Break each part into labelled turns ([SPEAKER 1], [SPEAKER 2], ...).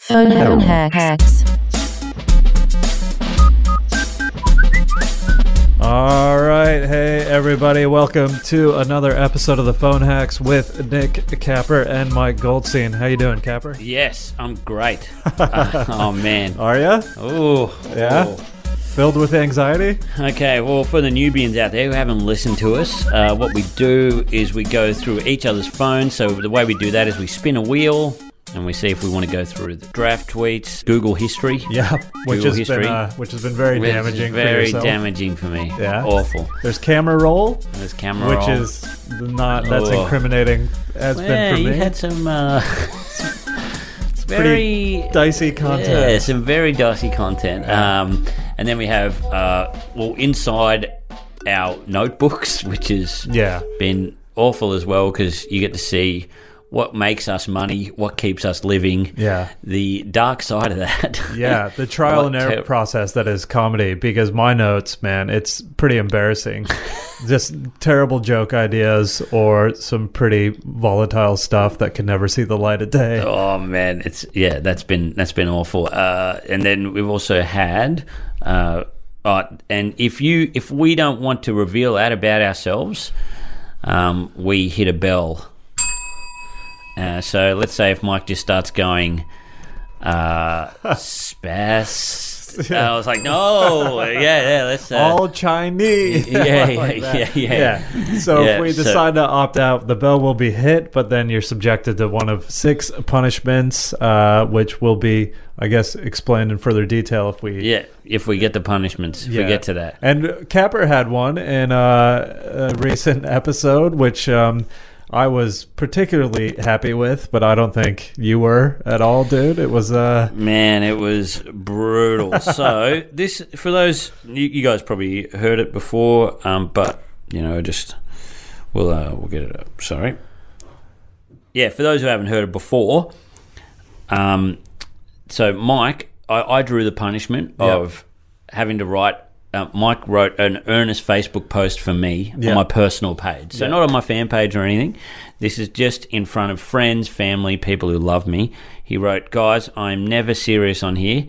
[SPEAKER 1] Phone hacks.
[SPEAKER 2] All right, hey everybody, welcome to another episode of the Phone Hacks with Nick Capper and Mike Goldstein. How you doing, Capper?
[SPEAKER 3] Yes, I'm great. Uh, oh man.
[SPEAKER 2] Are ya?
[SPEAKER 3] Oh
[SPEAKER 2] Yeah? Filled with anxiety?
[SPEAKER 3] Okay. Well, for the newbies out there who haven't listened to us, uh, what we do is we go through each other's phones. So the way we do that is we spin a wheel and we see if we want to go through the draft tweets, Google history.
[SPEAKER 2] Yeah, which
[SPEAKER 3] Google
[SPEAKER 2] has
[SPEAKER 3] history.
[SPEAKER 2] been uh, which has been very
[SPEAKER 3] which is
[SPEAKER 2] damaging. for
[SPEAKER 3] Very
[SPEAKER 2] yourself.
[SPEAKER 3] damaging for me.
[SPEAKER 2] Yeah,
[SPEAKER 3] Awful.
[SPEAKER 2] There's camera roll,
[SPEAKER 3] There's camera
[SPEAKER 2] which
[SPEAKER 3] roll.
[SPEAKER 2] is not that's
[SPEAKER 3] Oh.
[SPEAKER 2] incriminating. Has
[SPEAKER 3] yeah,
[SPEAKER 2] been for
[SPEAKER 3] you
[SPEAKER 2] me.
[SPEAKER 3] had some. Uh, it's
[SPEAKER 2] Pretty
[SPEAKER 3] very
[SPEAKER 2] dicey content.
[SPEAKER 3] Yeah, some very dicey content. Um, and then we have, uh, well, inside our notebooks, which has
[SPEAKER 2] Yeah.
[SPEAKER 3] been awful as well because you get to see what makes us money, what keeps us living.
[SPEAKER 2] Yeah.
[SPEAKER 3] The dark side of that.
[SPEAKER 2] Yeah, the trial and
[SPEAKER 3] What
[SPEAKER 2] error
[SPEAKER 3] ter-
[SPEAKER 2] process that is comedy because my notes, man, it's pretty embarrassing. Just terrible joke ideas or some pretty volatile stuff that can never see the light of day.
[SPEAKER 3] Oh man, it's yeah, that's been that's been awful. Uh, and then we've also had, uh, uh, and if you if we don't want to reveal that about ourselves, um, we hit a bell. Uh, so let's say if Mike just starts going, uh, spaz. I was like, no, yeah, yeah, let's. Uh,
[SPEAKER 2] All Chinese.
[SPEAKER 3] yeah, yeah,
[SPEAKER 2] Like
[SPEAKER 3] yeah,
[SPEAKER 2] that.
[SPEAKER 3] yeah,
[SPEAKER 2] Yeah. So
[SPEAKER 3] Yeah,
[SPEAKER 2] if we
[SPEAKER 3] so-
[SPEAKER 2] decide to opt out, the bell will be hit, but then you're subjected to one of six punishments, uh, which will be, I guess, explained in further detail if we
[SPEAKER 3] Yeah, if we get the punishments, if
[SPEAKER 2] Yeah.
[SPEAKER 3] we get to that.
[SPEAKER 2] And Capper had one in uh, a recent episode, which um, I was particularly happy with, but I don't think you were at all, dude. It was uh,
[SPEAKER 3] Man, it was brutal. so this, for those you, you guys probably heard it before, um, but you know, just we'll uh, we'll get it up. Sorry. Yeah, for those who haven't heard it before, um, so Mike, I, I drew the punishment
[SPEAKER 2] Yep.
[SPEAKER 3] of having to write. Uh, Mike wrote an earnest Facebook post for me
[SPEAKER 2] Yeah.
[SPEAKER 3] on my personal page, so
[SPEAKER 2] Yeah.
[SPEAKER 3] not on my fan page or anything. This is just in front of friends, family, people who love me. He wrote, "Guys, I'm never serious on here,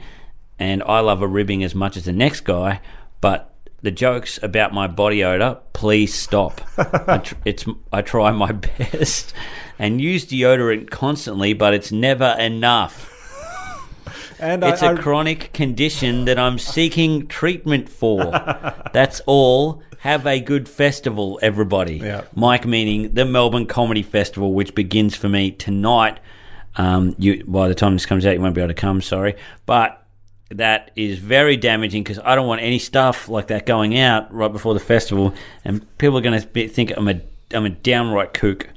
[SPEAKER 3] and I love a ribbing as much as the next guy, but." The jokes about my body odor, please stop. I tr- it's I try my best and use deodorant constantly, but it's never enough.
[SPEAKER 2] and
[SPEAKER 3] It's
[SPEAKER 2] I,
[SPEAKER 3] a
[SPEAKER 2] I-
[SPEAKER 3] chronic condition that I'm seeking treatment for. That's all. Have a good festival, everybody.
[SPEAKER 2] Yeah.
[SPEAKER 3] Mike, meaning the Melbourne Comedy Festival, which begins for me tonight. Um, you, by the time this comes out, you won't be able to come. Sorry, but that is very damaging because I don't want any stuff like that going out right before the festival, and people are going to think I'm a I'm a downright kook.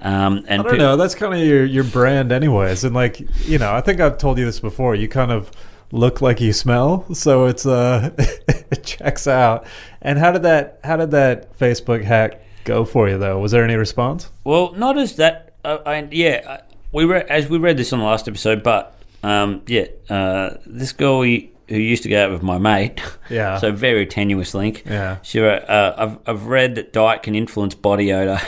[SPEAKER 3] Um, and
[SPEAKER 2] I don't
[SPEAKER 3] pe-
[SPEAKER 2] know. That's kind of your your brand, anyways. And like you know, I think I've told you this before. You kind of look like you smell, so it's uh, it checks out. And how did that how did that Facebook hack go for you though? Was there any response?
[SPEAKER 3] Well, not as that. Uh, I, yeah, I- we re- as we read this on the last episode, but um, yeah, uh, this girl who who used to go out with my mate.
[SPEAKER 2] Yeah.
[SPEAKER 3] so very tenuous link.
[SPEAKER 2] Yeah.
[SPEAKER 3] She wrote, uh, I've I've read that diet can influence body odor.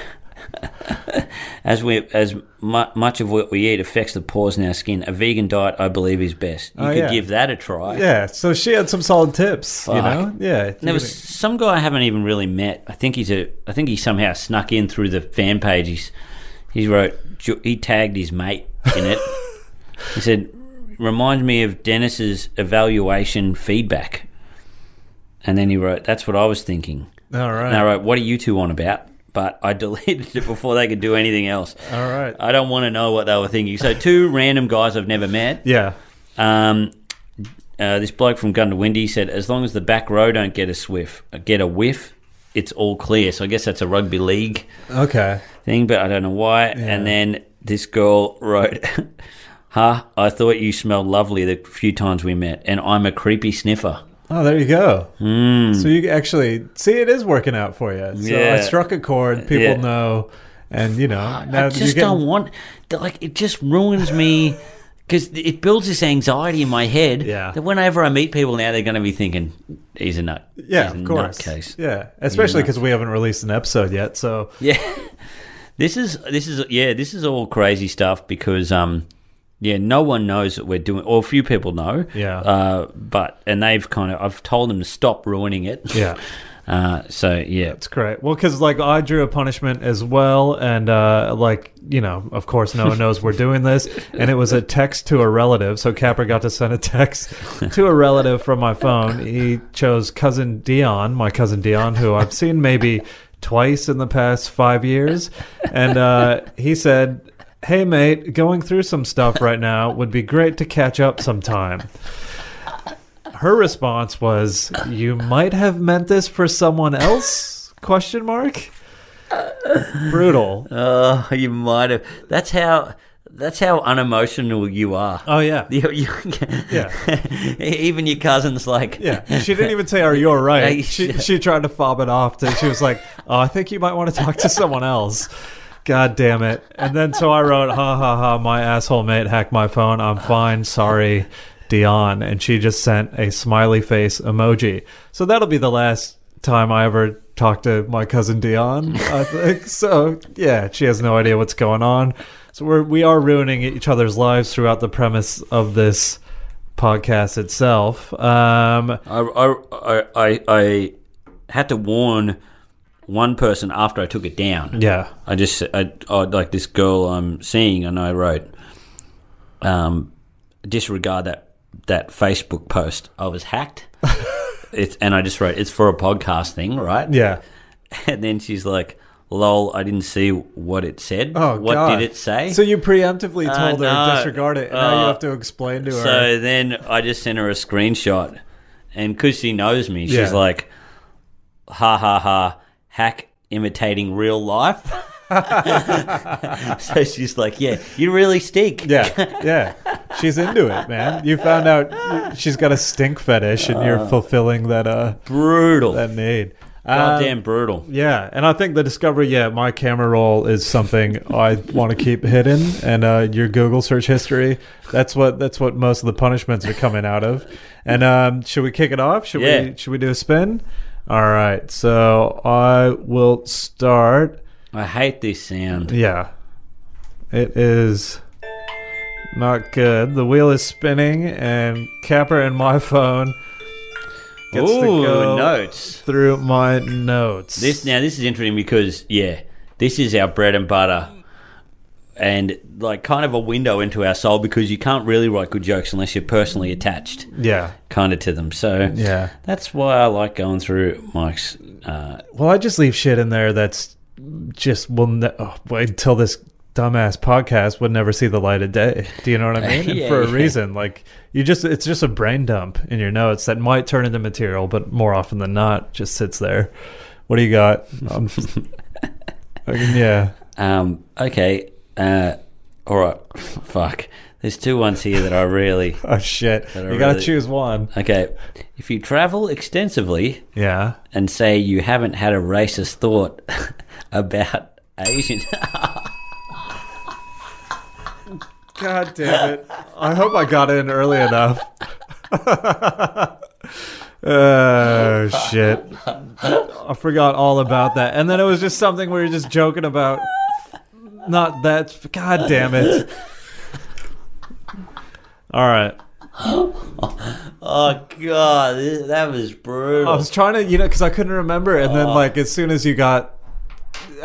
[SPEAKER 3] as we as mu- much of what we eat affects the pores in our skin. A vegan diet, I believe, is best. You
[SPEAKER 2] Oh,
[SPEAKER 3] could
[SPEAKER 2] yeah.
[SPEAKER 3] give that a try.
[SPEAKER 2] Yeah. So she had some solid tips. You
[SPEAKER 3] Fuck.
[SPEAKER 2] know? Yeah.
[SPEAKER 3] There was some guy I haven't even really met. I think he's a. I think he somehow snuck in through the fan page. He's he wrote he tagged his mate in it. he said, "Reminds me of Dennis's evaluation feedback." And then he wrote, "That's what I was thinking."
[SPEAKER 2] all right.
[SPEAKER 3] And I wrote, "What are you two on about?" But I deleted it before they could do anything else.
[SPEAKER 2] All right.
[SPEAKER 3] I don't want to know what they were thinking. So two random guys I've never met.
[SPEAKER 2] yeah.
[SPEAKER 3] Um, uh, this bloke from Gundawindi said, "As long as the back row don't get a swiff, get a whiff, it's all clear." So I guess that's a rugby league
[SPEAKER 2] Okay.
[SPEAKER 3] thing, but I don't know why. And then this girl wrote, "Huh, I thought you smelled lovely the few times we met, and I'm a creepy sniffer."
[SPEAKER 2] Oh, there you go. So you actually see it is working out for you. So I
[SPEAKER 3] Hmm. Yeah. Uh,
[SPEAKER 2] struck a chord. People
[SPEAKER 3] Yeah.
[SPEAKER 2] know, and you know now
[SPEAKER 3] I
[SPEAKER 2] that
[SPEAKER 3] just
[SPEAKER 2] you're
[SPEAKER 3] don't
[SPEAKER 2] getting,
[SPEAKER 3] want like it just ruins me because it builds this anxiety in my head
[SPEAKER 2] Yeah.
[SPEAKER 3] that whenever I meet people now, they're going to be thinking, "He's a nut."
[SPEAKER 2] yeah,
[SPEAKER 3] He's a
[SPEAKER 2] of course,
[SPEAKER 3] nutcase."
[SPEAKER 2] yeah, especially because we haven't released an episode yet. So
[SPEAKER 3] Yeah. This is this is yeah, this is all crazy stuff because um yeah, no one knows that we're doing, or few people know.
[SPEAKER 2] Yeah.
[SPEAKER 3] Uh, but and they've kind of, I've told them to stop ruining it.
[SPEAKER 2] Yeah.
[SPEAKER 3] Uh, so yeah,
[SPEAKER 2] That's great. Well, because like I drew a punishment as well, and uh, like you know, of course, no one knows we're doing this, and it was a text to a relative. So Capper got to send a text to a relative from my phone. He chose cousin Dion, my cousin Dion, who I've seen maybe twice in the past five years, and uh, he said, "Hey, mate, going through some stuff right now. Would be great to catch up sometime." her response was you might have meant this for someone else question mark brutal
[SPEAKER 3] Oh, you might have. That's how. That's how unemotional you are.
[SPEAKER 2] oh yeah
[SPEAKER 3] You, you,
[SPEAKER 2] Yeah.
[SPEAKER 3] Even your cousin's like.
[SPEAKER 2] yeah she didn't even say are you all
[SPEAKER 3] Hey,
[SPEAKER 2] right she,
[SPEAKER 3] shit.
[SPEAKER 2] she tried to fob it off to, she was like oh i think you might want to talk to someone else god damn it and then so i wrote ha ha ha my asshole mate hacked my phone i'm fine sorry dion and she just sent a smiley face emoji so that'll be the last time i ever talk to my cousin dion i think so yeah she has no idea what's going on so we're we are ruining each other's lives throughout the premise of this podcast itself um
[SPEAKER 3] I, I, I, I, I had to warn one person after I took it down.
[SPEAKER 2] Yeah.
[SPEAKER 3] I just, I, I like this girl I'm seeing, and I wrote, um, disregard that that Facebook post. I was hacked. it's and I just wrote, it's for a podcast thing, right?
[SPEAKER 2] Yeah.
[SPEAKER 3] And then she's like, "Lol, I didn't see what it said.
[SPEAKER 2] Oh,
[SPEAKER 3] what
[SPEAKER 2] God.
[SPEAKER 3] did it say?"
[SPEAKER 2] So you preemptively
[SPEAKER 3] Uh,
[SPEAKER 2] told her
[SPEAKER 3] no.
[SPEAKER 2] disregard it, and now you
[SPEAKER 3] Uh,
[SPEAKER 2] have to explain to her.
[SPEAKER 3] So then I just sent her a screenshot, and because she knows me, she's
[SPEAKER 2] Yeah.
[SPEAKER 3] like, "Ha ha ha, hack imitating real life." so she's like, "Yeah, you really stink."
[SPEAKER 2] Yeah, yeah. She's into it, man. You found out she's got a stink fetish, and you're fulfilling that uh
[SPEAKER 3] brutal,
[SPEAKER 2] that need. Um,
[SPEAKER 3] goddamn brutal.
[SPEAKER 2] Yeah, and I think the discovery, yeah, my camera roll is something I want to keep hidden, and uh, your Google search history. That's what that's what most of the punishments are coming out of. And um, should we kick it off? Should
[SPEAKER 3] Yeah.
[SPEAKER 2] we should we do a spin? All right, so I will start.
[SPEAKER 3] I hate this sound.
[SPEAKER 2] Yeah, it is not good. The wheel is spinning, and Capper and my phone
[SPEAKER 3] Ooh,
[SPEAKER 2] gets to go
[SPEAKER 3] notes.
[SPEAKER 2] through my notes.
[SPEAKER 3] This now this is interesting because yeah, this is our bread and butter, and like kind of a window into our soul because you can't really write good jokes unless you're personally attached,
[SPEAKER 2] yeah,
[SPEAKER 3] kind of to them. So
[SPEAKER 2] yeah.
[SPEAKER 3] that's why I like going through Mike's. Uh,
[SPEAKER 2] Well, I just leave shit in there that's just will ne- oh, wait until this dumbass podcast would never see the light of day. Do you know what I mean? And
[SPEAKER 3] Yeah,
[SPEAKER 2] for a
[SPEAKER 3] yeah.
[SPEAKER 2] reason, like you just it's just a brain dump in your notes that might turn into material, but more often than not, just sits there. What do you got? Um, I mean, yeah,
[SPEAKER 3] um, okay, uh, all right, fuck. There's two ones here that I really
[SPEAKER 2] oh shit,
[SPEAKER 3] I
[SPEAKER 2] you got to
[SPEAKER 3] really-
[SPEAKER 2] choose one.
[SPEAKER 3] okay. If you travel extensively
[SPEAKER 2] Yeah,
[SPEAKER 3] and say you haven't had a racist thought about Asian.
[SPEAKER 2] God damn it! I hope I got in early enough. oh shit! I forgot all about that, and then it was just something we were just joking about. Not that. God damn it! All right.
[SPEAKER 3] Oh god, this, that was
[SPEAKER 2] I
[SPEAKER 3] brutal.
[SPEAKER 2] was trying to, you know, because I couldn't remember, and
[SPEAKER 3] Uh.
[SPEAKER 2] then like as soon as you got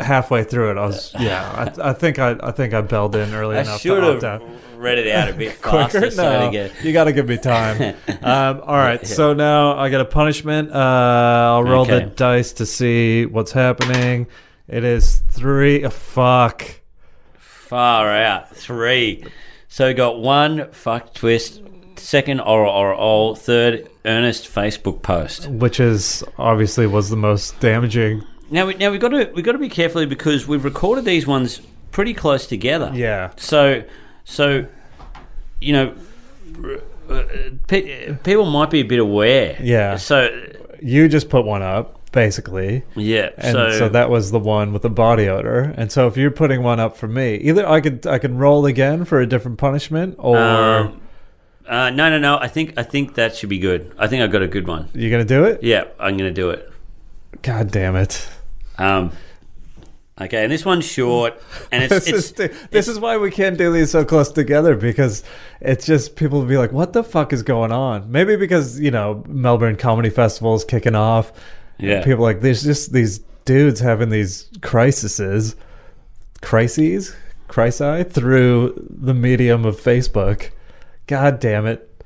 [SPEAKER 2] halfway through it, I was yeah. I, I think I, I think I belled in early
[SPEAKER 3] I
[SPEAKER 2] enough.
[SPEAKER 3] should
[SPEAKER 2] to opt
[SPEAKER 3] have
[SPEAKER 2] out.
[SPEAKER 3] read it out a bit faster.
[SPEAKER 2] quicker.
[SPEAKER 3] So
[SPEAKER 2] No,
[SPEAKER 3] to get,
[SPEAKER 2] you got to give me time. um, all right, so now I got a punishment. Uh, I'll roll the
[SPEAKER 3] Okay.
[SPEAKER 2] dice to see what's happening. It is three. oh, fuck.
[SPEAKER 3] far out three. So got one fuck twist, second oral oral oral, third earnest Facebook post.
[SPEAKER 2] Which is obviously was the most damaging.
[SPEAKER 3] Now we now we got to we got to be careful here because we've recorded these ones pretty close together.
[SPEAKER 2] Yeah.
[SPEAKER 3] So, so, you know, r- uh, pe- people might be a bit aware.
[SPEAKER 2] Yeah.
[SPEAKER 3] So,
[SPEAKER 2] You just put one up, basically.
[SPEAKER 3] yeah.
[SPEAKER 2] And so, that was the one with the body odor. And so if you're putting one up for me, either I could I can roll again for a different punishment, or
[SPEAKER 3] Um, uh, no, no, no. I think I think that should be good. I think I got a good one.
[SPEAKER 2] you're gonna do it.
[SPEAKER 3] Yeah, I'm gonna do it.
[SPEAKER 2] God damn it!
[SPEAKER 3] Um, Okay, and this one's short, and it's
[SPEAKER 2] This,
[SPEAKER 3] it's
[SPEAKER 2] is, this is why we can't do these so close together because it's just people will be like, "What the fuck is going on?" Maybe because you know Melbourne Comedy Festival is kicking off.
[SPEAKER 3] Yeah.
[SPEAKER 2] people are like there's just these dudes having these crises, crises, crisis through the medium of Facebook. God damn it!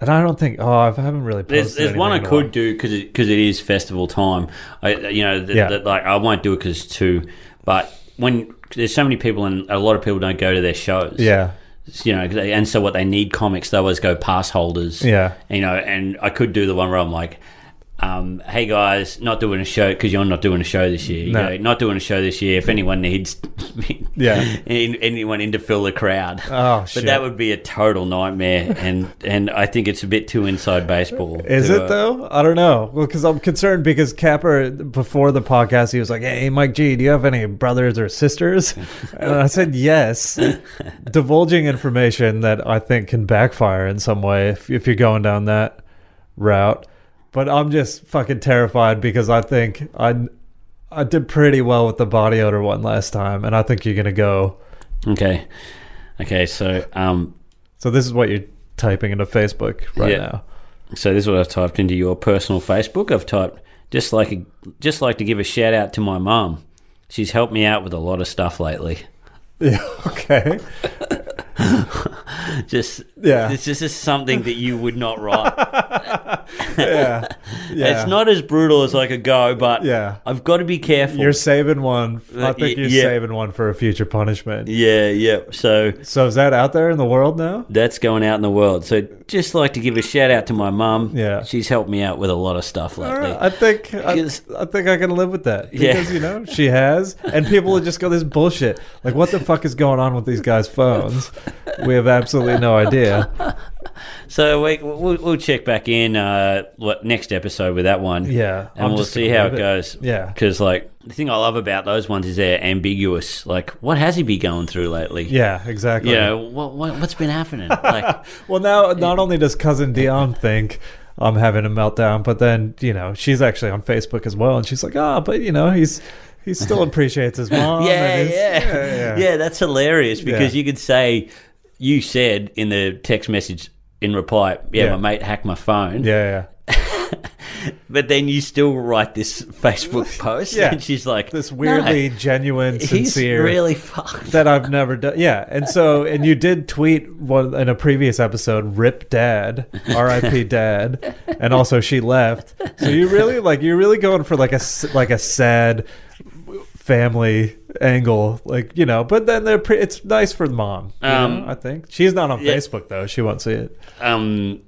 [SPEAKER 2] And I don't think. Oh, I haven't really. Posted
[SPEAKER 3] There's, there's one I
[SPEAKER 2] anything in a
[SPEAKER 3] could
[SPEAKER 2] while.
[SPEAKER 3] do because because it is festival time. I you know the,
[SPEAKER 2] Yeah.
[SPEAKER 3] the- like I won't do it because it's two, but when there's so many people and a lot of people don't go to their shows.
[SPEAKER 2] Yeah,
[SPEAKER 3] you know, 'cause they- and so what they need comics, they always go pass holders.
[SPEAKER 2] Yeah.
[SPEAKER 3] you know, and I could do the one where I'm like. Um, hey guys, not doing a show because you're not doing a show this year. You
[SPEAKER 2] No.
[SPEAKER 3] know, not doing a show this year. If anyone needs,
[SPEAKER 2] Yeah.
[SPEAKER 3] an- anyone in to fill the crowd.
[SPEAKER 2] Oh, shit.
[SPEAKER 3] But that would be a total nightmare, and and I think it's a bit too inside baseball.
[SPEAKER 2] Is
[SPEAKER 3] to,
[SPEAKER 2] it
[SPEAKER 3] uh,
[SPEAKER 2] though? I don't know. Well, because I'm concerned because Capper before the podcast he was like, "Hey, Mike G, do you have any brothers or sisters?" and I said, "Yes." Divulging information that I think can backfire in some way if, if you're going down that route. But I'm just fucking terrified because I think I I did pretty well with the body odor one last time, and I think you're gonna go.
[SPEAKER 3] uh, Okay, okay. So um,
[SPEAKER 2] So this is what you're typing into Facebook right
[SPEAKER 3] Yeah.
[SPEAKER 2] now.
[SPEAKER 3] so this is what I've typed into your personal Facebook. I've typed just like a, just like to give a shout out to my mum. She's helped me out with a lot of stuff lately.
[SPEAKER 2] Yeah. Okay.
[SPEAKER 3] Just
[SPEAKER 2] Yeah.
[SPEAKER 3] this, this is something that you would not write.
[SPEAKER 2] Yeah. yeah.
[SPEAKER 3] It's not as brutal as I could go, but
[SPEAKER 2] Yeah.
[SPEAKER 3] I've got to be careful.
[SPEAKER 2] You're saving one. I
[SPEAKER 3] Uh,
[SPEAKER 2] think
[SPEAKER 3] y-
[SPEAKER 2] you're
[SPEAKER 3] yeah.
[SPEAKER 2] saving one for a future punishment.
[SPEAKER 3] yeah, yeah. So
[SPEAKER 2] So is that out there in the world now?
[SPEAKER 3] that's going out in the world. So just like to give a shout out to my mum.
[SPEAKER 2] Yeah.
[SPEAKER 3] she's helped me out with a lot of stuff lately.
[SPEAKER 2] I think I,
[SPEAKER 3] Because-
[SPEAKER 2] I think I can live with that
[SPEAKER 3] Yeah.
[SPEAKER 2] because you know she has, and people would just go this bullshit. Like, what the fuck is going on with these guys' phones? We have absolutely no idea.
[SPEAKER 3] So we, we'll, we'll check back in uh, what next episode with that one.
[SPEAKER 2] Yeah,
[SPEAKER 3] and
[SPEAKER 2] I'm
[SPEAKER 3] we'll
[SPEAKER 2] just
[SPEAKER 3] see
[SPEAKER 2] gonna
[SPEAKER 3] how
[SPEAKER 2] leave
[SPEAKER 3] it
[SPEAKER 2] it.
[SPEAKER 3] goes.
[SPEAKER 2] Yeah.
[SPEAKER 3] because like the thing I love about those ones is they're ambiguous. Like, what has he been going through lately?
[SPEAKER 2] Yeah, exactly.
[SPEAKER 3] you know, what, what what's been happening? Like,
[SPEAKER 2] Well, now not only does cousin Dion think I'm having a meltdown, but then you know she's actually on Facebook as well, and she's like, ah, but you know he's he still appreciates his mom.
[SPEAKER 3] yeah,
[SPEAKER 2] and his,
[SPEAKER 3] yeah, yeah, That's hilarious because
[SPEAKER 2] Yeah.
[SPEAKER 3] you could say you said in the text message in reply, yeah,
[SPEAKER 2] Yeah.
[SPEAKER 3] my mate hacked my phone.
[SPEAKER 2] yeah, yeah.
[SPEAKER 3] But then you still write this Facebook post,
[SPEAKER 2] Yeah.
[SPEAKER 3] and she's like,
[SPEAKER 2] this
[SPEAKER 3] "No,
[SPEAKER 2] weirdly genuine,
[SPEAKER 3] he's
[SPEAKER 2] sincere
[SPEAKER 3] really fucked.
[SPEAKER 2] that I've never done. Yeah, and so and you did tweet one in a previous episode, "Rip Dad, R.I.P. Dad," and also she left. So you really like you're really going for like a s- like a sad family angle, like you know. But then they're pre- it's nice for the mom. you
[SPEAKER 3] Um,
[SPEAKER 2] know, I think she's not on
[SPEAKER 3] yeah.
[SPEAKER 2] Facebook though; she won't see it.
[SPEAKER 3] um,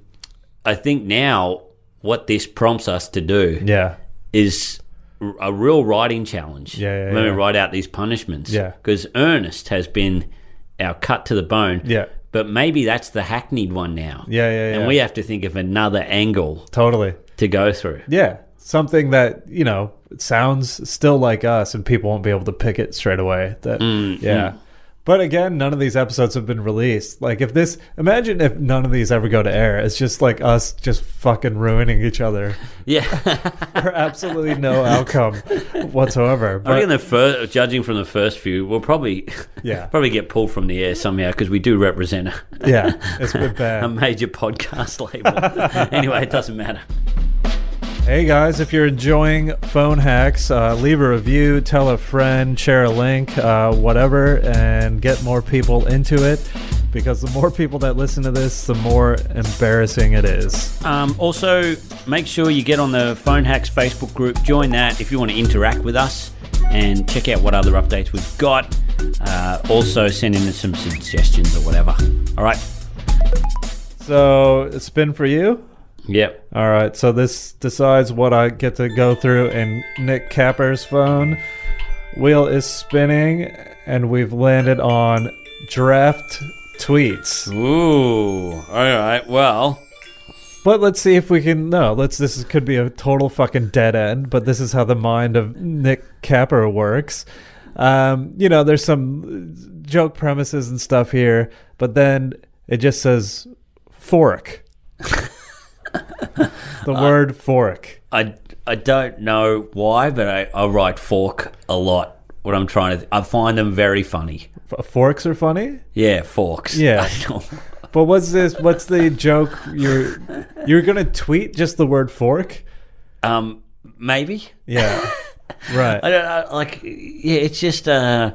[SPEAKER 3] I think now what this prompts us to do
[SPEAKER 2] Yeah,
[SPEAKER 3] is r- a real writing challenge.
[SPEAKER 2] Yeah, yeah,
[SPEAKER 3] when we
[SPEAKER 2] yeah.
[SPEAKER 3] write out these punishments.
[SPEAKER 2] Yeah.
[SPEAKER 3] because Ernest has been our cut to the bone.
[SPEAKER 2] Yeah.
[SPEAKER 3] but maybe that's the hackneyed one now.
[SPEAKER 2] Yeah, yeah,
[SPEAKER 3] and
[SPEAKER 2] yeah.
[SPEAKER 3] we have to think of another angle
[SPEAKER 2] totally.
[SPEAKER 3] to go through.
[SPEAKER 2] Yeah, something that you know sounds still like us, and people won't be able to pick it straight away. That yeah. But again, none of these episodes have been released. Like, if this, imagine if none of these ever go to air. It's just like us just fucking ruining each other
[SPEAKER 3] Yeah,
[SPEAKER 2] for absolutely no outcome whatsoever.
[SPEAKER 3] I
[SPEAKER 2] But
[SPEAKER 3] reckon the first, judging from the first few, we'll probably
[SPEAKER 2] Yeah.
[SPEAKER 3] probably get pulled from the air somehow because we do represent a,
[SPEAKER 2] yeah, it's been
[SPEAKER 3] a
[SPEAKER 2] bad.
[SPEAKER 3] major podcast label. anyway, it doesn't matter.
[SPEAKER 2] Hey guys, if you're enjoying phone hacks, uh, leave a review, tell a friend, share a link, uh, whatever, and get more people into it. Because the more people that listen to this, the more embarrassing it is.
[SPEAKER 3] Um, also, make sure you get on the Phone Hacks Facebook group. Join that if you want to interact with us and check out what other updates we've got. Uh, also, send in some suggestions or whatever. All right.
[SPEAKER 2] So it's been for you.
[SPEAKER 3] Yep.
[SPEAKER 2] All right. So this decides what I get to go through in Nick Capper's phone. Wheel is spinning, and we've landed on draft tweets.
[SPEAKER 3] Ooh. All right. Well,
[SPEAKER 2] But let's see if we can. No, let's. This is, could be a total fucking dead end. But this is how the mind of Nick Capper works. Um, you know, there's some joke premises and stuff here, but then it just says fork. the
[SPEAKER 3] Uh,
[SPEAKER 2] word fork.
[SPEAKER 3] I, I don't know why, but I, I write fork a lot what I'm trying to. I find them very funny.
[SPEAKER 2] F- forks are funny.
[SPEAKER 3] Yeah, forks.
[SPEAKER 2] Yeah.
[SPEAKER 3] I know.
[SPEAKER 2] But what's this? What's the joke? You're you're gonna tweet just the word fork?
[SPEAKER 3] um, maybe.
[SPEAKER 2] Yeah, right.
[SPEAKER 3] I don't I, like. Yeah, it's just. Uh,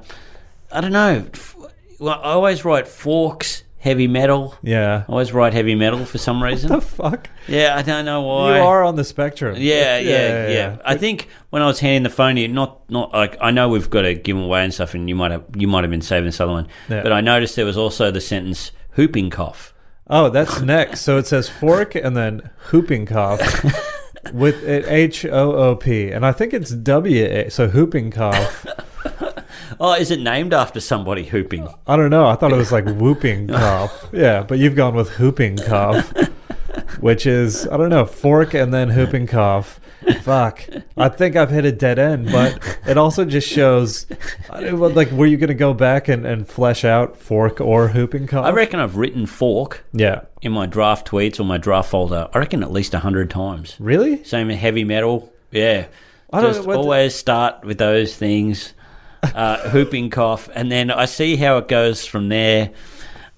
[SPEAKER 3] I don't know. F- Well, I always write forks heavy metal.
[SPEAKER 2] yeah.
[SPEAKER 3] I always write heavy metal for some reason.
[SPEAKER 2] the fuck?
[SPEAKER 3] yeah, I don't know
[SPEAKER 2] You
[SPEAKER 3] why.
[SPEAKER 2] are on the spectrum.
[SPEAKER 3] Yeah, yeah, yeah. I think when I was handing the phone to you, not not like I know we've got a giveaway and stuff, and you might have you might have been saving this other one,
[SPEAKER 2] Yeah.
[SPEAKER 3] but I noticed there was also the sentence "hooping cough."
[SPEAKER 2] Oh, that's next. So it says fork and then whooping cough with it H O O P, and I think it's W A. So whooping cough.
[SPEAKER 3] Oh, is it named after somebody hooping?
[SPEAKER 2] I don't know. I thought it was like whooping cough. Yeah, but you've gone with whooping cough, which is I don't know fork and then whooping cough. Fuck. I think I've hit a dead end, but it also just shows I don't- well, like were you going to go back and, and flesh out fork or whooping cough?
[SPEAKER 3] I reckon I've written fork
[SPEAKER 2] yeah.
[SPEAKER 3] in my draft tweets or my draft folder. I reckon at least hundred times.
[SPEAKER 2] Really?
[SPEAKER 3] Same in heavy metal. Yeah.
[SPEAKER 2] I don't
[SPEAKER 3] Just
[SPEAKER 2] know what the-
[SPEAKER 3] always start with those things, uh, hooping cough, and then I see how it goes from there.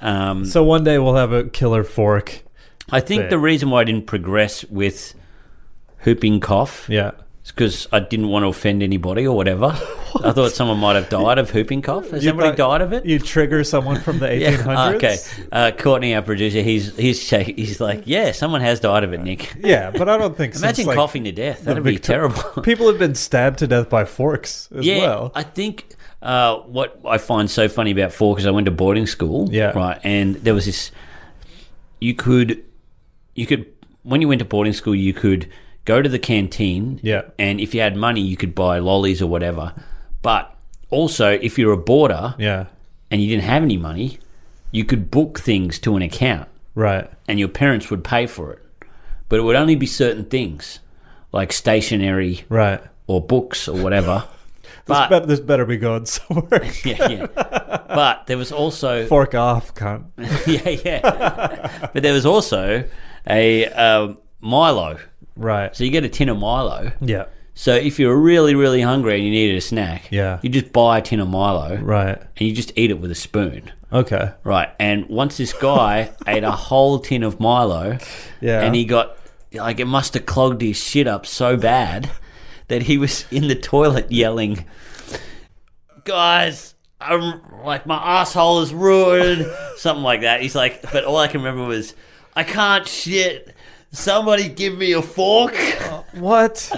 [SPEAKER 3] Um,
[SPEAKER 2] So one day we'll have a killer fork.
[SPEAKER 3] I think the
[SPEAKER 2] thing.
[SPEAKER 3] reason why I didn't progress with whooping cough
[SPEAKER 2] Yeah.
[SPEAKER 3] is because I didn't want to offend anybody or whatever. I thought someone might have died of whooping cough. Has
[SPEAKER 2] You
[SPEAKER 3] somebody
[SPEAKER 2] thought-
[SPEAKER 3] died of it?
[SPEAKER 2] You trigger someone from the 1800s?
[SPEAKER 3] okay. Uh, Courtney, our producer, he's he's shak- he's like, yeah, someone has died of it, Nick.
[SPEAKER 2] Yeah, but I don't think
[SPEAKER 3] Imagine
[SPEAKER 2] since, like,
[SPEAKER 3] coughing to death. That'd be
[SPEAKER 2] Victor-
[SPEAKER 3] terrible.
[SPEAKER 2] People have been stabbed to death by forks as
[SPEAKER 3] yeah,
[SPEAKER 2] well.
[SPEAKER 3] I think uh, what I find so funny about four because I went to boarding school,
[SPEAKER 2] Yeah.
[SPEAKER 3] right, and there was this. You could, you could when you went to boarding school, you could go to the canteen,
[SPEAKER 2] Yeah.
[SPEAKER 3] and if you had money, you could buy lollies or whatever. But also, if you're a boarder
[SPEAKER 2] yeah.
[SPEAKER 3] and you didn't have any money, you could book things to an account,
[SPEAKER 2] Right.
[SPEAKER 3] and your parents would pay for it, but it would only be certain things, like stationery
[SPEAKER 2] Right.
[SPEAKER 3] or books or whatever.
[SPEAKER 2] This, bet this better be going somewhere.
[SPEAKER 3] yeah, yeah. But there was also
[SPEAKER 2] Fork off, cunt.
[SPEAKER 3] yeah, yeah. but there was also a um, Milo.
[SPEAKER 2] Right.
[SPEAKER 3] So you get a tin of Milo.
[SPEAKER 2] Yeah.
[SPEAKER 3] So if you were really, really hungry and you needed a snack,
[SPEAKER 2] Yeah.
[SPEAKER 3] you just buy a tin of Milo
[SPEAKER 2] Right.
[SPEAKER 3] and you just eat it with a spoon.
[SPEAKER 2] Okay.
[SPEAKER 3] Right. And once this guy ate a whole tin of Milo,
[SPEAKER 2] Yeah.
[SPEAKER 3] and he got like it must have clogged his shit up so bad that he was in the toilet yelling, "Guys, I'm like my asshole is ruined," something like that. He's like, but all I can remember was, "I can't shit." Somebody give me a fork!
[SPEAKER 2] What?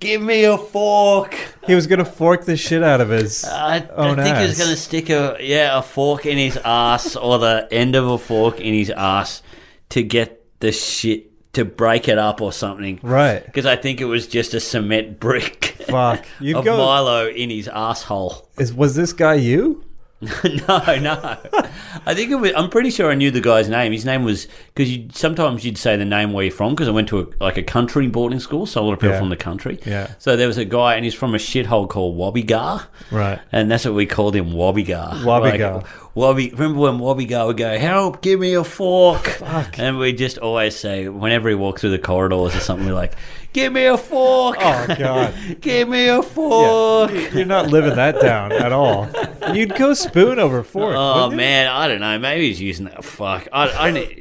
[SPEAKER 3] Give me a fork!
[SPEAKER 2] he was gonna fork the shit out of his.
[SPEAKER 3] I, I
[SPEAKER 2] Own
[SPEAKER 3] think he was
[SPEAKER 2] ass.
[SPEAKER 3] going to stick a yeah a fork in his ass or the end of a fork in his ass to get the shit to break it up or something.
[SPEAKER 2] right.
[SPEAKER 3] Because I think it was just a cement brick
[SPEAKER 2] Fuck. You
[SPEAKER 3] of
[SPEAKER 2] go.
[SPEAKER 3] Milo in his asshole.
[SPEAKER 2] is, was this guy you?
[SPEAKER 3] no, no. I think it was. I'm pretty sure I knew the guy's name. His name was because you sometimes you'd say the name where you're from. Because I went to a, like a country boarding school, so a lot of people
[SPEAKER 2] Yeah.
[SPEAKER 3] from the country.
[SPEAKER 2] Yeah.
[SPEAKER 3] So there was a guy, and he's from a shithole called Wobbegar.
[SPEAKER 2] Right.
[SPEAKER 3] And that's what we called him, Wobbegar.
[SPEAKER 2] Wobbegar.
[SPEAKER 3] Like, Wobby. Remember when Wobbegar would go, "Help! Give me a fork!" And we just always say, whenever he walked through the corridors or something, we're like, "Give me a fork!
[SPEAKER 2] Oh god.
[SPEAKER 3] Give me a
[SPEAKER 2] Yeah.
[SPEAKER 3] fork!"
[SPEAKER 2] You- You're not living that down at all. You'd go spoon over fork.
[SPEAKER 3] Oh
[SPEAKER 2] wouldn't you?
[SPEAKER 3] man, I don't know. Maybe he's using that. Fuck. I, I don't-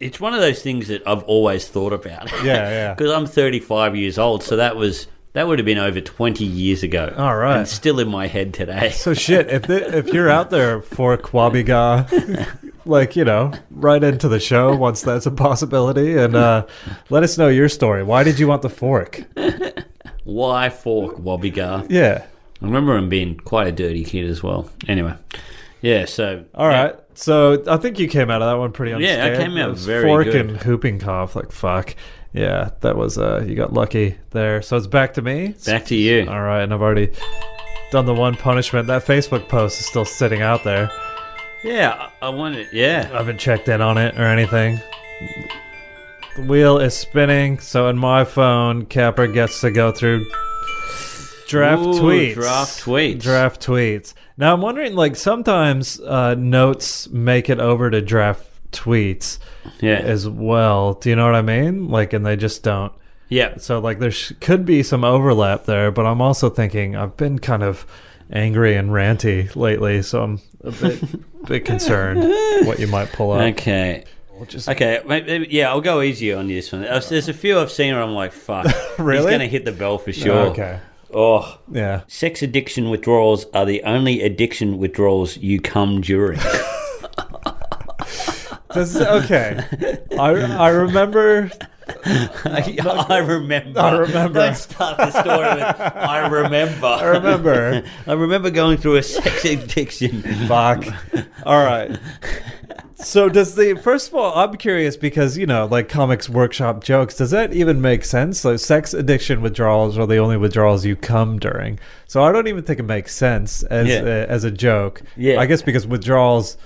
[SPEAKER 3] It's one of those things that I've always thought about.
[SPEAKER 2] Yeah, yeah.
[SPEAKER 3] Because I'm 35 years old, so that was that would have been over 20 years ago.
[SPEAKER 2] All right.
[SPEAKER 3] And still in my head today.
[SPEAKER 2] So shit, if the, if you're out there for Kwabiga, like you know, right into the show once that's a possibility, and uh, let us know your story. Why did you want the fork?
[SPEAKER 3] Why fork, Wobbegar?
[SPEAKER 2] Yeah.
[SPEAKER 3] I remember him being quite a dirty kid as well. Anyway, yeah. So
[SPEAKER 2] All right. So I think you came out of that one pretty
[SPEAKER 3] Yeah, I
[SPEAKER 2] unscathed.
[SPEAKER 3] came out
[SPEAKER 2] It was
[SPEAKER 3] very
[SPEAKER 2] fork
[SPEAKER 3] good.
[SPEAKER 2] and whooping cough. Like fuck. Yeah, that was uh, you got lucky there. So it's back to me.
[SPEAKER 3] back to you.
[SPEAKER 2] All right, and I've already done the one punishment. That Facebook post is still sitting out there.
[SPEAKER 3] Yeah, I, I wanted.
[SPEAKER 2] I
[SPEAKER 3] Yeah,
[SPEAKER 2] haven't checked in on it or anything. The wheel is spinning, so in my phone, Capper gets to go through draft
[SPEAKER 3] Ooh,
[SPEAKER 2] tweets.
[SPEAKER 3] draft tweets.
[SPEAKER 2] Draft tweets. Now I'm wondering, like sometimes uh, notes make it over to draft tweets
[SPEAKER 3] yeah,
[SPEAKER 2] as well. Do you know what I mean? Like, and they just don't.
[SPEAKER 3] yeah.
[SPEAKER 2] So like there sh- could be some overlap there, but I'm also thinking I've been kind of angry and ranty lately, so I'm a bit, bit concerned what you might pull up.
[SPEAKER 3] Okay.
[SPEAKER 2] We'll just-
[SPEAKER 3] Okay, maybe, yeah, I'll go easy on this one. There's there's a few I've seen where I'm like, fuck. He's
[SPEAKER 2] Really?
[SPEAKER 3] going to hit the bell for sure.
[SPEAKER 2] Okay.
[SPEAKER 3] Oh,
[SPEAKER 2] Yeah.
[SPEAKER 3] sex addiction withdrawals are the only addiction withdrawals you come during.
[SPEAKER 2] Does, okay. I, I remember.
[SPEAKER 3] I, I remember.
[SPEAKER 2] I remember.
[SPEAKER 3] Don't start the story with, I remember.
[SPEAKER 2] I remember.
[SPEAKER 3] I remember going through a sex addiction.
[SPEAKER 2] Fuck. All right. So does the first of all, I'm curious because you know, like comics workshop jokes, does that even make sense? So sex addiction withdrawals are the only withdrawals you come during. So I don't even think it makes sense as
[SPEAKER 3] Yeah.
[SPEAKER 2] a, as a joke.
[SPEAKER 3] Yeah.
[SPEAKER 2] I guess because withdrawals,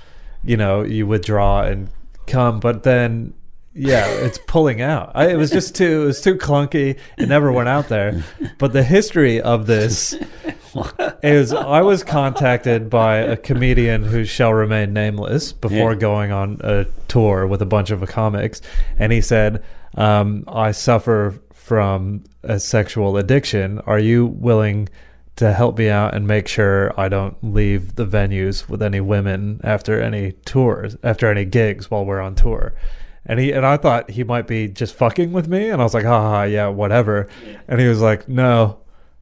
[SPEAKER 2] you know, you withdraw and come, but then. Yeah, it's pulling out. I, it was just too. It was too clunky. It never went out there. But the history of this is I was contacted by a comedian who shall remain nameless before
[SPEAKER 3] Yeah.
[SPEAKER 2] going on a tour with a bunch of comics, and he said, um, "I suffer from a sexual addiction. Are you willing?" To help me out and make sure I don't leave the venues with any women after any tours, after any gigs while we're on tour, and he and I thought he might be just fucking with me, and I was like, "Ha ha, yeah, whatever," and he was like, "No,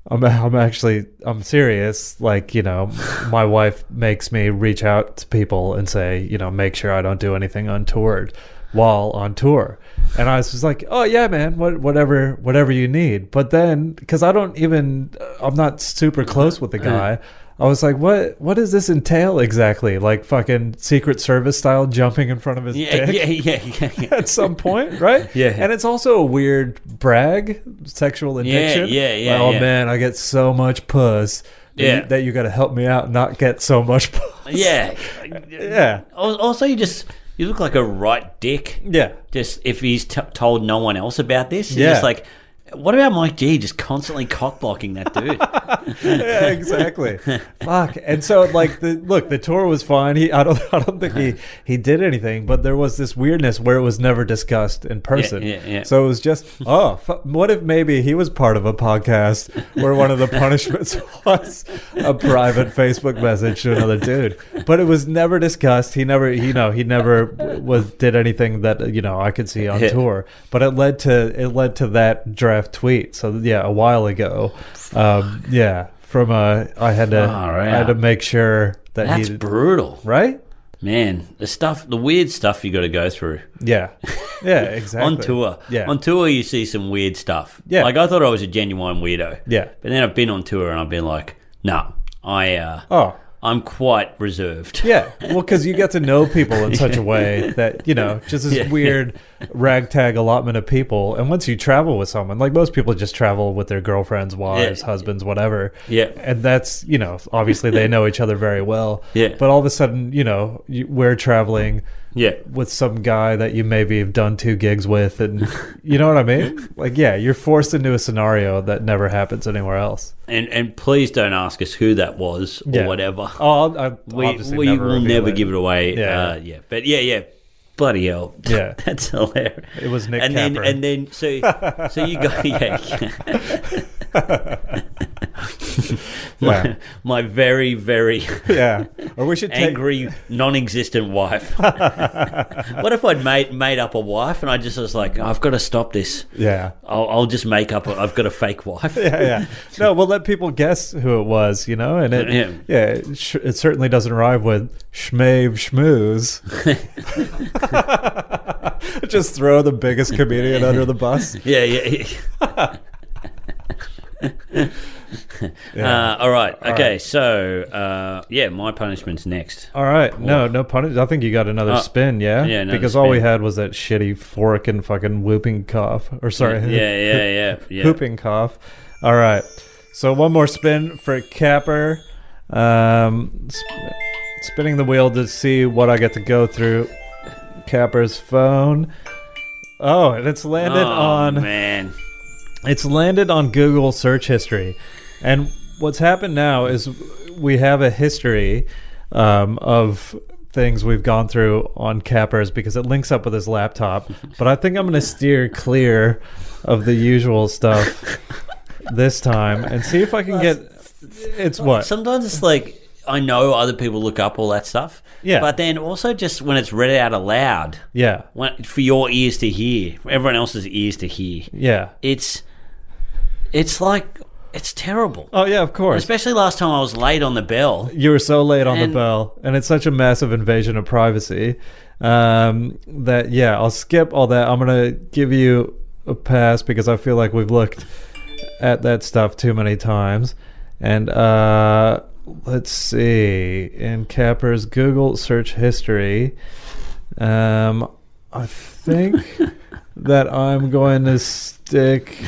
[SPEAKER 2] I'm I'm actually I'm serious. Like you know, my wife makes me reach out to people and say you know make sure I don't do anything untoward while on tour. And I was just like, oh yeah, man, what whatever whatever you need. But then because I don't even I'm not super close with the guy. I was like, what what does this entail exactly? Like fucking Secret Service style jumping in front of his
[SPEAKER 3] Yeah,
[SPEAKER 2] dick
[SPEAKER 3] yeah, yeah, yeah, yeah.
[SPEAKER 2] at some point, right?
[SPEAKER 3] Yeah.
[SPEAKER 2] And it's also a weird brag, sexual addiction.
[SPEAKER 3] yeah, yeah,
[SPEAKER 2] Like, oh
[SPEAKER 3] yeah.
[SPEAKER 2] man, I get so much puss. that you-
[SPEAKER 3] Yeah.
[SPEAKER 2] That you got to help me out, not get so much puss.
[SPEAKER 3] Yeah.
[SPEAKER 2] Yeah.
[SPEAKER 3] Al- Also, you just, you look like a right dick.
[SPEAKER 2] Yeah.
[SPEAKER 3] Just if he's t- told no one else about this, yeah.
[SPEAKER 2] Yeah.
[SPEAKER 3] just like, what about Mike G just constantly cock blocking that dude?
[SPEAKER 2] yeah, exactly. Fuck. And so, like, the look, the tour was fine. He, I don't, I don't think he he did anything, but there was this weirdness where it was never discussed in person.
[SPEAKER 3] yeah, yeah.
[SPEAKER 2] So it was just, oh, fu what if maybe he was part of a podcast where one of the punishments was a private Facebook message to another dude, but it was never discussed. He never, you know, he never was did anything that you know I could see on
[SPEAKER 3] Yeah.
[SPEAKER 2] tour. But it led to it led to that draft tweet. So yeah, a while ago. Um, yeah, from uh, I had to
[SPEAKER 3] Far
[SPEAKER 2] I had to
[SPEAKER 3] out.
[SPEAKER 2] make sure that
[SPEAKER 3] That's
[SPEAKER 2] he
[SPEAKER 3] brutal.
[SPEAKER 2] right.
[SPEAKER 3] Man, the stuff, the weird stuff you got to go through.
[SPEAKER 2] Yeah, yeah, exactly.
[SPEAKER 3] On tour.
[SPEAKER 2] Yeah,
[SPEAKER 3] On tour, you see some weird stuff.
[SPEAKER 2] Yeah.
[SPEAKER 3] Like, I thought I was a genuine weirdo.
[SPEAKER 2] Yeah.
[SPEAKER 3] But then I've been on tour and I've been like, no, I, uh,
[SPEAKER 2] oh.
[SPEAKER 3] I'm quite reserved.
[SPEAKER 2] Yeah, well, because you get to know people in such a way that you know just this
[SPEAKER 3] Yeah.
[SPEAKER 2] weird ragtag allotment of people. And once you travel with someone, like most people, just travel with their girlfriends, wives,
[SPEAKER 3] Yeah.
[SPEAKER 2] husbands, whatever.
[SPEAKER 3] Yeah.
[SPEAKER 2] and that's you know obviously they know each other very well.
[SPEAKER 3] Yeah.
[SPEAKER 2] but all of a sudden, you know, you, we're traveling
[SPEAKER 3] Yeah.
[SPEAKER 2] with some guy that you maybe have done two gigs with, and you know what I mean? Like, yeah, you're forced into a scenario that never happens anywhere else.
[SPEAKER 3] And, and please don't ask us who that was or
[SPEAKER 2] Yeah.
[SPEAKER 3] whatever.
[SPEAKER 2] Oh, I, I
[SPEAKER 3] we
[SPEAKER 2] obviously
[SPEAKER 3] we
[SPEAKER 2] never
[SPEAKER 3] will
[SPEAKER 2] reveal
[SPEAKER 3] never give it away. Yeah.
[SPEAKER 2] Yeah.
[SPEAKER 3] Uh, yeah. But yeah, yeah. Bloody hell.
[SPEAKER 2] Yeah.
[SPEAKER 3] That's hilarious.
[SPEAKER 2] It was Nick
[SPEAKER 3] and
[SPEAKER 2] Capper.
[SPEAKER 3] then and then so so you go yeah. my,
[SPEAKER 2] Yeah.
[SPEAKER 3] my very, very
[SPEAKER 2] Yeah, or we should take.
[SPEAKER 3] angry non-existent wife. what if I'd made made up a wife and I just was like, "Oh, I've got to stop this.
[SPEAKER 2] Yeah.
[SPEAKER 3] I'll, I'll just make up. A, I've got a fake wife.
[SPEAKER 2] Yeah, yeah. No, we'll let people guess who it was, you know, and it,
[SPEAKER 3] Yeah.
[SPEAKER 2] yeah, it, sh- it certainly doesn't rhyme with schmave schmooze. Just throw the biggest comedian under the bus.
[SPEAKER 3] Yeah, yeah.
[SPEAKER 2] Yeah.
[SPEAKER 3] Uh, all right.
[SPEAKER 2] right.
[SPEAKER 3] okay. So, uh, yeah, my punishment's next.
[SPEAKER 2] All right, no, no punish. I think you got another
[SPEAKER 3] Oh,
[SPEAKER 2] spin, uh, yeah,
[SPEAKER 3] yeah, another
[SPEAKER 2] because all we
[SPEAKER 3] spin.
[SPEAKER 2] had was that shitty fork and fucking whooping cough, or sorry,
[SPEAKER 3] Yeah, yeah, yeah. yeah.
[SPEAKER 2] Pooping cough. All right. So one more spin for Capper. Um, sp- spinning the wheel to see what I get to go through Capper's phone. Oh, and it's landed
[SPEAKER 3] oh,
[SPEAKER 2] on
[SPEAKER 3] man.
[SPEAKER 2] it's landed on Google search history. And what's happened now is we have a history um, of things we've gone through on Cappers because it links up with his laptop. But I think I'm going to steer clear of the usual stuff this time and see if I can get It's what?
[SPEAKER 3] Sometimes it's like I know other people look up all that stuff.
[SPEAKER 2] Yeah.
[SPEAKER 3] But then also just when it's read out aloud,
[SPEAKER 2] yeah.
[SPEAKER 3] when, for your ears to hear, for everyone else's ears to hear,
[SPEAKER 2] Yeah.
[SPEAKER 3] it's it's like it's terrible.
[SPEAKER 2] Oh yeah, of course.
[SPEAKER 3] Especially last time I was late on the bell.
[SPEAKER 2] you were so late on
[SPEAKER 3] And-
[SPEAKER 2] the bell, and it's such a massive invasion of privacy um, that yeah, I'll skip all that. I'm gonna give you a pass because I feel like we've looked at that stuff too many times. And uh, let's see in Capper's Google search history. Um, I think that I'm going to stick.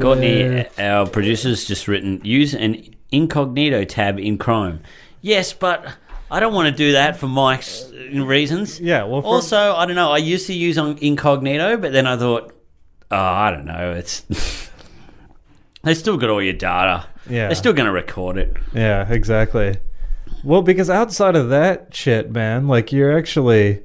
[SPEAKER 3] Courtney,
[SPEAKER 2] with-
[SPEAKER 3] our producer's just written use an incognito tab in Chrome. Yes, but I don't want to do that for Mike's uh, reasons.
[SPEAKER 2] Yeah, well, for-
[SPEAKER 3] also, I don't know. I used to use on incognito, but then I thought, oh, I don't know. It's they still got all your data.
[SPEAKER 2] Yeah.
[SPEAKER 3] they're still going to record it.
[SPEAKER 2] Yeah, exactly. Well, because outside of that shit, man, like you're actually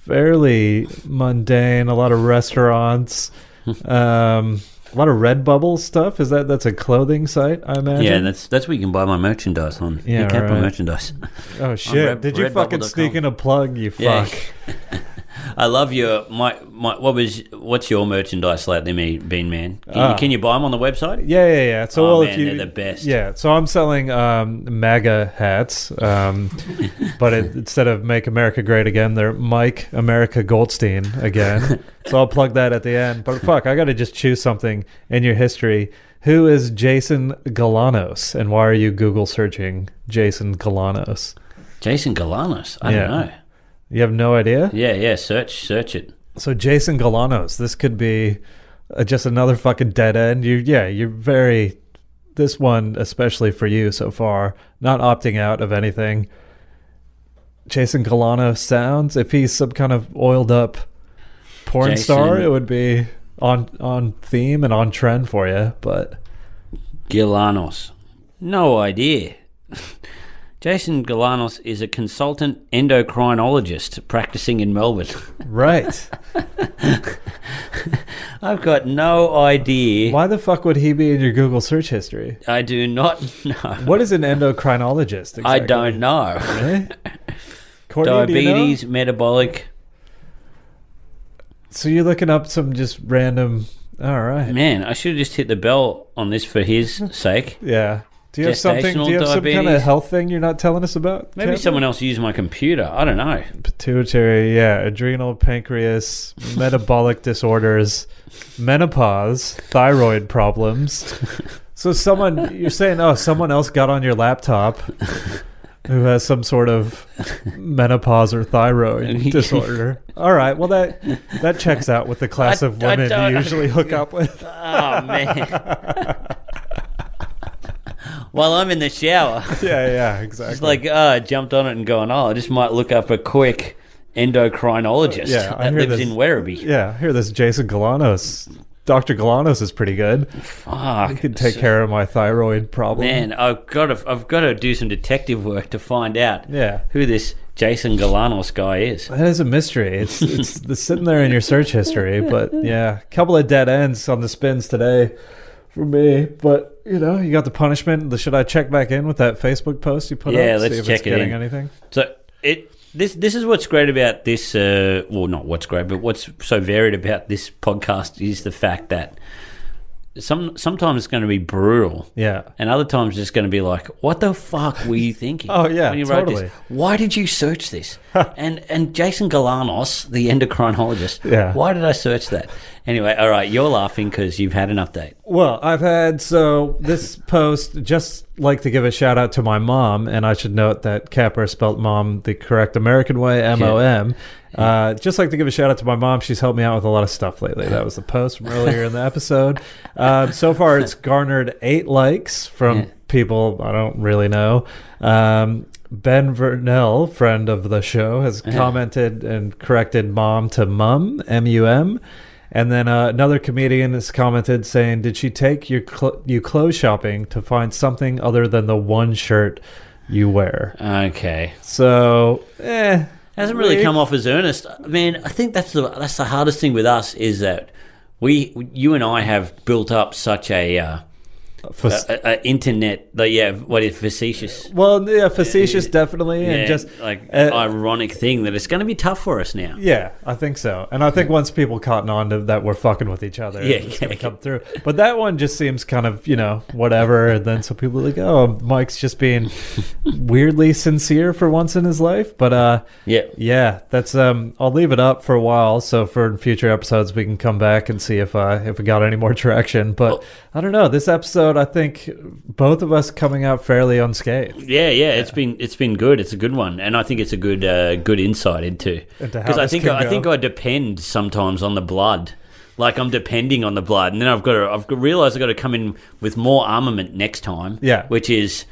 [SPEAKER 2] fairly mundane. A lot of restaurants, um, a lot of Redbubble stuff. Is that that's a clothing site? I imagine.
[SPEAKER 3] Yeah, and that's that's where you can buy my merchandise on.
[SPEAKER 2] Yeah,
[SPEAKER 3] Yeah, Capital
[SPEAKER 2] right.
[SPEAKER 3] merchandise.
[SPEAKER 2] oh shit!
[SPEAKER 3] Red-
[SPEAKER 2] Did you fucking
[SPEAKER 3] Redbubble.com.
[SPEAKER 2] sneak in a plug? You
[SPEAKER 3] Yeah.
[SPEAKER 2] fuck.
[SPEAKER 3] I love your my, my what was what's your merchandise lately, me Bean Man? Can,
[SPEAKER 2] Ah.
[SPEAKER 3] you, can you buy them on the website?
[SPEAKER 2] Yeah, yeah, yeah. So
[SPEAKER 3] Oh,
[SPEAKER 2] well, if
[SPEAKER 3] man,
[SPEAKER 2] you,
[SPEAKER 3] they're the best.
[SPEAKER 2] Yeah, so I'm selling um, MAGA hats, um, but it, instead of "Make America Great Again," they're "Mike America Goldstein Again." so I'll plug that at the end. But fuck, I got to just choose something in your history. Who is Jason Galanos, and why are you Google searching Jason Galanos?
[SPEAKER 3] Jason Galanos. I
[SPEAKER 2] Yeah.
[SPEAKER 3] don't know.
[SPEAKER 2] You have no idea.
[SPEAKER 3] Yeah, yeah. Search, search it.
[SPEAKER 2] So Jason Galanos, this could be uh, just another fucking dead end. You, yeah, you're very. This one, especially for you so far, not opting out of anything. Jason Galanos sounds. If he's some kind of oiled up porn
[SPEAKER 3] Jason-
[SPEAKER 2] star, it would be on on theme and on trend for you. But
[SPEAKER 3] Galanos. No idea. Jason Galanos is a consultant endocrinologist practicing in Melbourne.
[SPEAKER 2] right,
[SPEAKER 3] I've got no idea.
[SPEAKER 2] why the fuck would he be in your Google search history?
[SPEAKER 3] I do not know.
[SPEAKER 2] What is an endocrinologist? Exactly?
[SPEAKER 3] I don't know.
[SPEAKER 2] Eh? Courtney, do you know?
[SPEAKER 3] Diabetes, metabolic.
[SPEAKER 2] So you're looking up some just random. All right.
[SPEAKER 3] Man, I should have just hit the bell on this for his sake.
[SPEAKER 2] Yeah. Do you have something? Do you have some
[SPEAKER 3] Gestational
[SPEAKER 2] kind of
[SPEAKER 3] diabetes.
[SPEAKER 2] health thing you're not telling us about?
[SPEAKER 3] Maybe
[SPEAKER 2] Kevin?
[SPEAKER 3] someone else used my computer. I don't know.
[SPEAKER 2] pituitary, yeah, adrenal, pancreas, metabolic disorders, menopause, thyroid problems. So someone you're saying, oh, someone else got on your laptop who has some sort of menopause or thyroid disorder. All right, well that that checks out with the class
[SPEAKER 3] I-
[SPEAKER 2] of
[SPEAKER 3] I
[SPEAKER 2] women
[SPEAKER 3] don't-
[SPEAKER 2] you usually hook up with.
[SPEAKER 3] Oh, man. While I'm in the shower.
[SPEAKER 2] Yeah, yeah, exactly.
[SPEAKER 3] It's like, uh, jumped on it and gone, oh, I just might look up a quick endocrinologist
[SPEAKER 2] Yeah, I
[SPEAKER 3] that
[SPEAKER 2] hear
[SPEAKER 3] lives
[SPEAKER 2] this.
[SPEAKER 3] in Werribee.
[SPEAKER 2] Yeah, here this Jason Galanos. Dr. Galanos is pretty good.
[SPEAKER 3] Fuck.
[SPEAKER 2] He can take care of my thyroid problem.
[SPEAKER 3] Man, I've got to, I've got to do some detective work to find out
[SPEAKER 2] Yeah.
[SPEAKER 3] who this Jason Galanos guy is.
[SPEAKER 2] That is a mystery. It's it's the sitting there in your search history, but yeah, couple of dead ends on the spins today for me. But you know, you got the punishment. Should I check back in with that Facebook post you put up?
[SPEAKER 3] Yeah, let's
[SPEAKER 2] see if
[SPEAKER 3] check
[SPEAKER 2] it's
[SPEAKER 3] it
[SPEAKER 2] getting
[SPEAKER 3] in.
[SPEAKER 2] anything.
[SPEAKER 3] So it this this is what's great about this. Uh, well, not what's great, but what's so varied about this podcast is the fact that some sometimes it's going to be brutal.
[SPEAKER 2] Yeah,
[SPEAKER 3] And other times it's going to be like, what the fuck were you thinking?
[SPEAKER 2] Oh, yeah,
[SPEAKER 3] when you wrote
[SPEAKER 2] totally.
[SPEAKER 3] this? Why did you search this? and and Jason Galanos, the endocrinologist,
[SPEAKER 2] Yeah.
[SPEAKER 3] why did I search that? Anyway, all right, you're laughing because you've had an update.
[SPEAKER 2] Well, I've had so this post just like to give a shout out to my mom, and I should note that Capper spelt mom the correct American way, M O M. Uh, Just like to give a shout out to my mom. She's helped me out with a lot of stuff lately. That was the post from earlier in the episode. Um, so far, it's garnered eight likes from
[SPEAKER 3] Yeah.
[SPEAKER 2] people I don't really know. Um, ben Vernell, friend of the show, has commented and corrected mom to mum, M U M. And then uh, another comedian has commented saying, Did she take your cl- you clothes shopping to find something other than the one shirt you wear?
[SPEAKER 3] Okay,
[SPEAKER 2] So, eh.
[SPEAKER 3] hasn't really
[SPEAKER 2] Weird.
[SPEAKER 3] come off as earnest. I mean, I think that's the that's the hardest thing with us is that we you and I have built up such a uh,
[SPEAKER 2] For,
[SPEAKER 3] uh, uh, uh, internet. Like, yeah, what is facetious?
[SPEAKER 2] well, yeah, facetious definitely,
[SPEAKER 3] Uh, yeah,
[SPEAKER 2] and just
[SPEAKER 3] like
[SPEAKER 2] uh,
[SPEAKER 3] ironic thing that it's going to be tough for us now.
[SPEAKER 2] Yeah, I think so. And I think once people cotton on to that we're fucking with each other,
[SPEAKER 3] Yeah,
[SPEAKER 2] it's going to
[SPEAKER 3] yeah.
[SPEAKER 2] come through. But that one just seems kind of, you know, whatever. And then so people are like, oh, Mike's just being weirdly sincere for once in his life. But uh,
[SPEAKER 3] Yeah.
[SPEAKER 2] yeah, that's um, I'll leave it up for a while. So for future episodes, we can come back and see if uh, if we got any more traction. But
[SPEAKER 3] Oh.
[SPEAKER 2] I don't know. This episode, I think both of us coming out fairly unscathed.
[SPEAKER 3] Yeah, yeah, it's been it's been good. It's a good one, and I think it's a good uh, good insight into
[SPEAKER 2] Into how
[SPEAKER 3] because I
[SPEAKER 2] this
[SPEAKER 3] think
[SPEAKER 2] can
[SPEAKER 3] I,
[SPEAKER 2] go.
[SPEAKER 3] think I depend sometimes on the blood, like I'm depending on the blood, and then I've got to I've realised I've got to come in with more armament next time.
[SPEAKER 2] Yeah.
[SPEAKER 3] which is,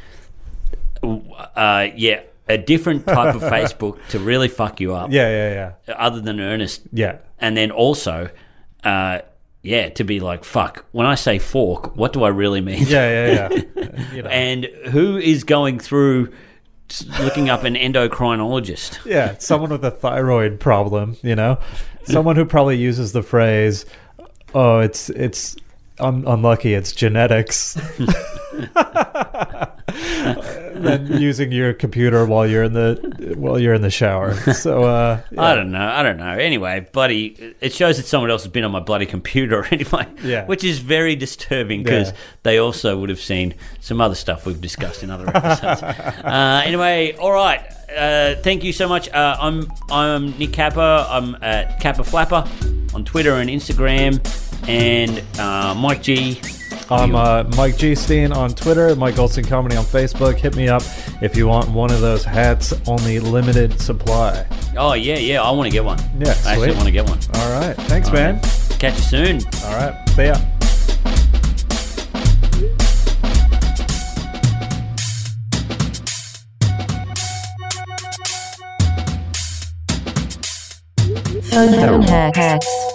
[SPEAKER 3] uh, yeah, a different type of Facebook to really fuck you up.
[SPEAKER 2] Yeah, yeah, yeah,
[SPEAKER 3] other than earnest,
[SPEAKER 2] yeah.
[SPEAKER 3] and then also, uh, yeah, to be like fuck when I say fork, what do I really mean?
[SPEAKER 2] Yeah, yeah, yeah. You know.
[SPEAKER 3] And who is going through s- looking up an endocrinologist?
[SPEAKER 2] Yeah, someone with a thyroid problem, you know, someone who probably uses the phrase, "Oh, it's it's un- unlucky, it's genetics." than using your computer while you're in the while you're in the shower. So uh,
[SPEAKER 3] I
[SPEAKER 2] yeah.
[SPEAKER 3] don't know. I don't know. Anyway, bloody, it shows that someone else has been on my bloody computer anyway,
[SPEAKER 2] Yeah.
[SPEAKER 3] which is very disturbing because
[SPEAKER 2] Yeah.
[SPEAKER 3] they also would have seen some other stuff we've discussed in other episodes. uh, anyway, all right. Uh, thank you so much. Uh, I'm I'm Nick Kappa. I'm at Kappa Flapper on Twitter and Instagram, and uh, Mike G.
[SPEAKER 2] I'm uh, Mike G. Steen on Twitter, Mike Goldstein Comedy on Facebook. Hit me up if you want one of those hats, only limited supply.
[SPEAKER 3] Oh yeah, yeah. I want to get one.
[SPEAKER 2] Yeah,
[SPEAKER 3] I actually
[SPEAKER 2] sweet.
[SPEAKER 3] want to get one.
[SPEAKER 2] All right, thanks, man.
[SPEAKER 3] Catch you soon.
[SPEAKER 2] All right, see ya.
[SPEAKER 1] Phone hacks.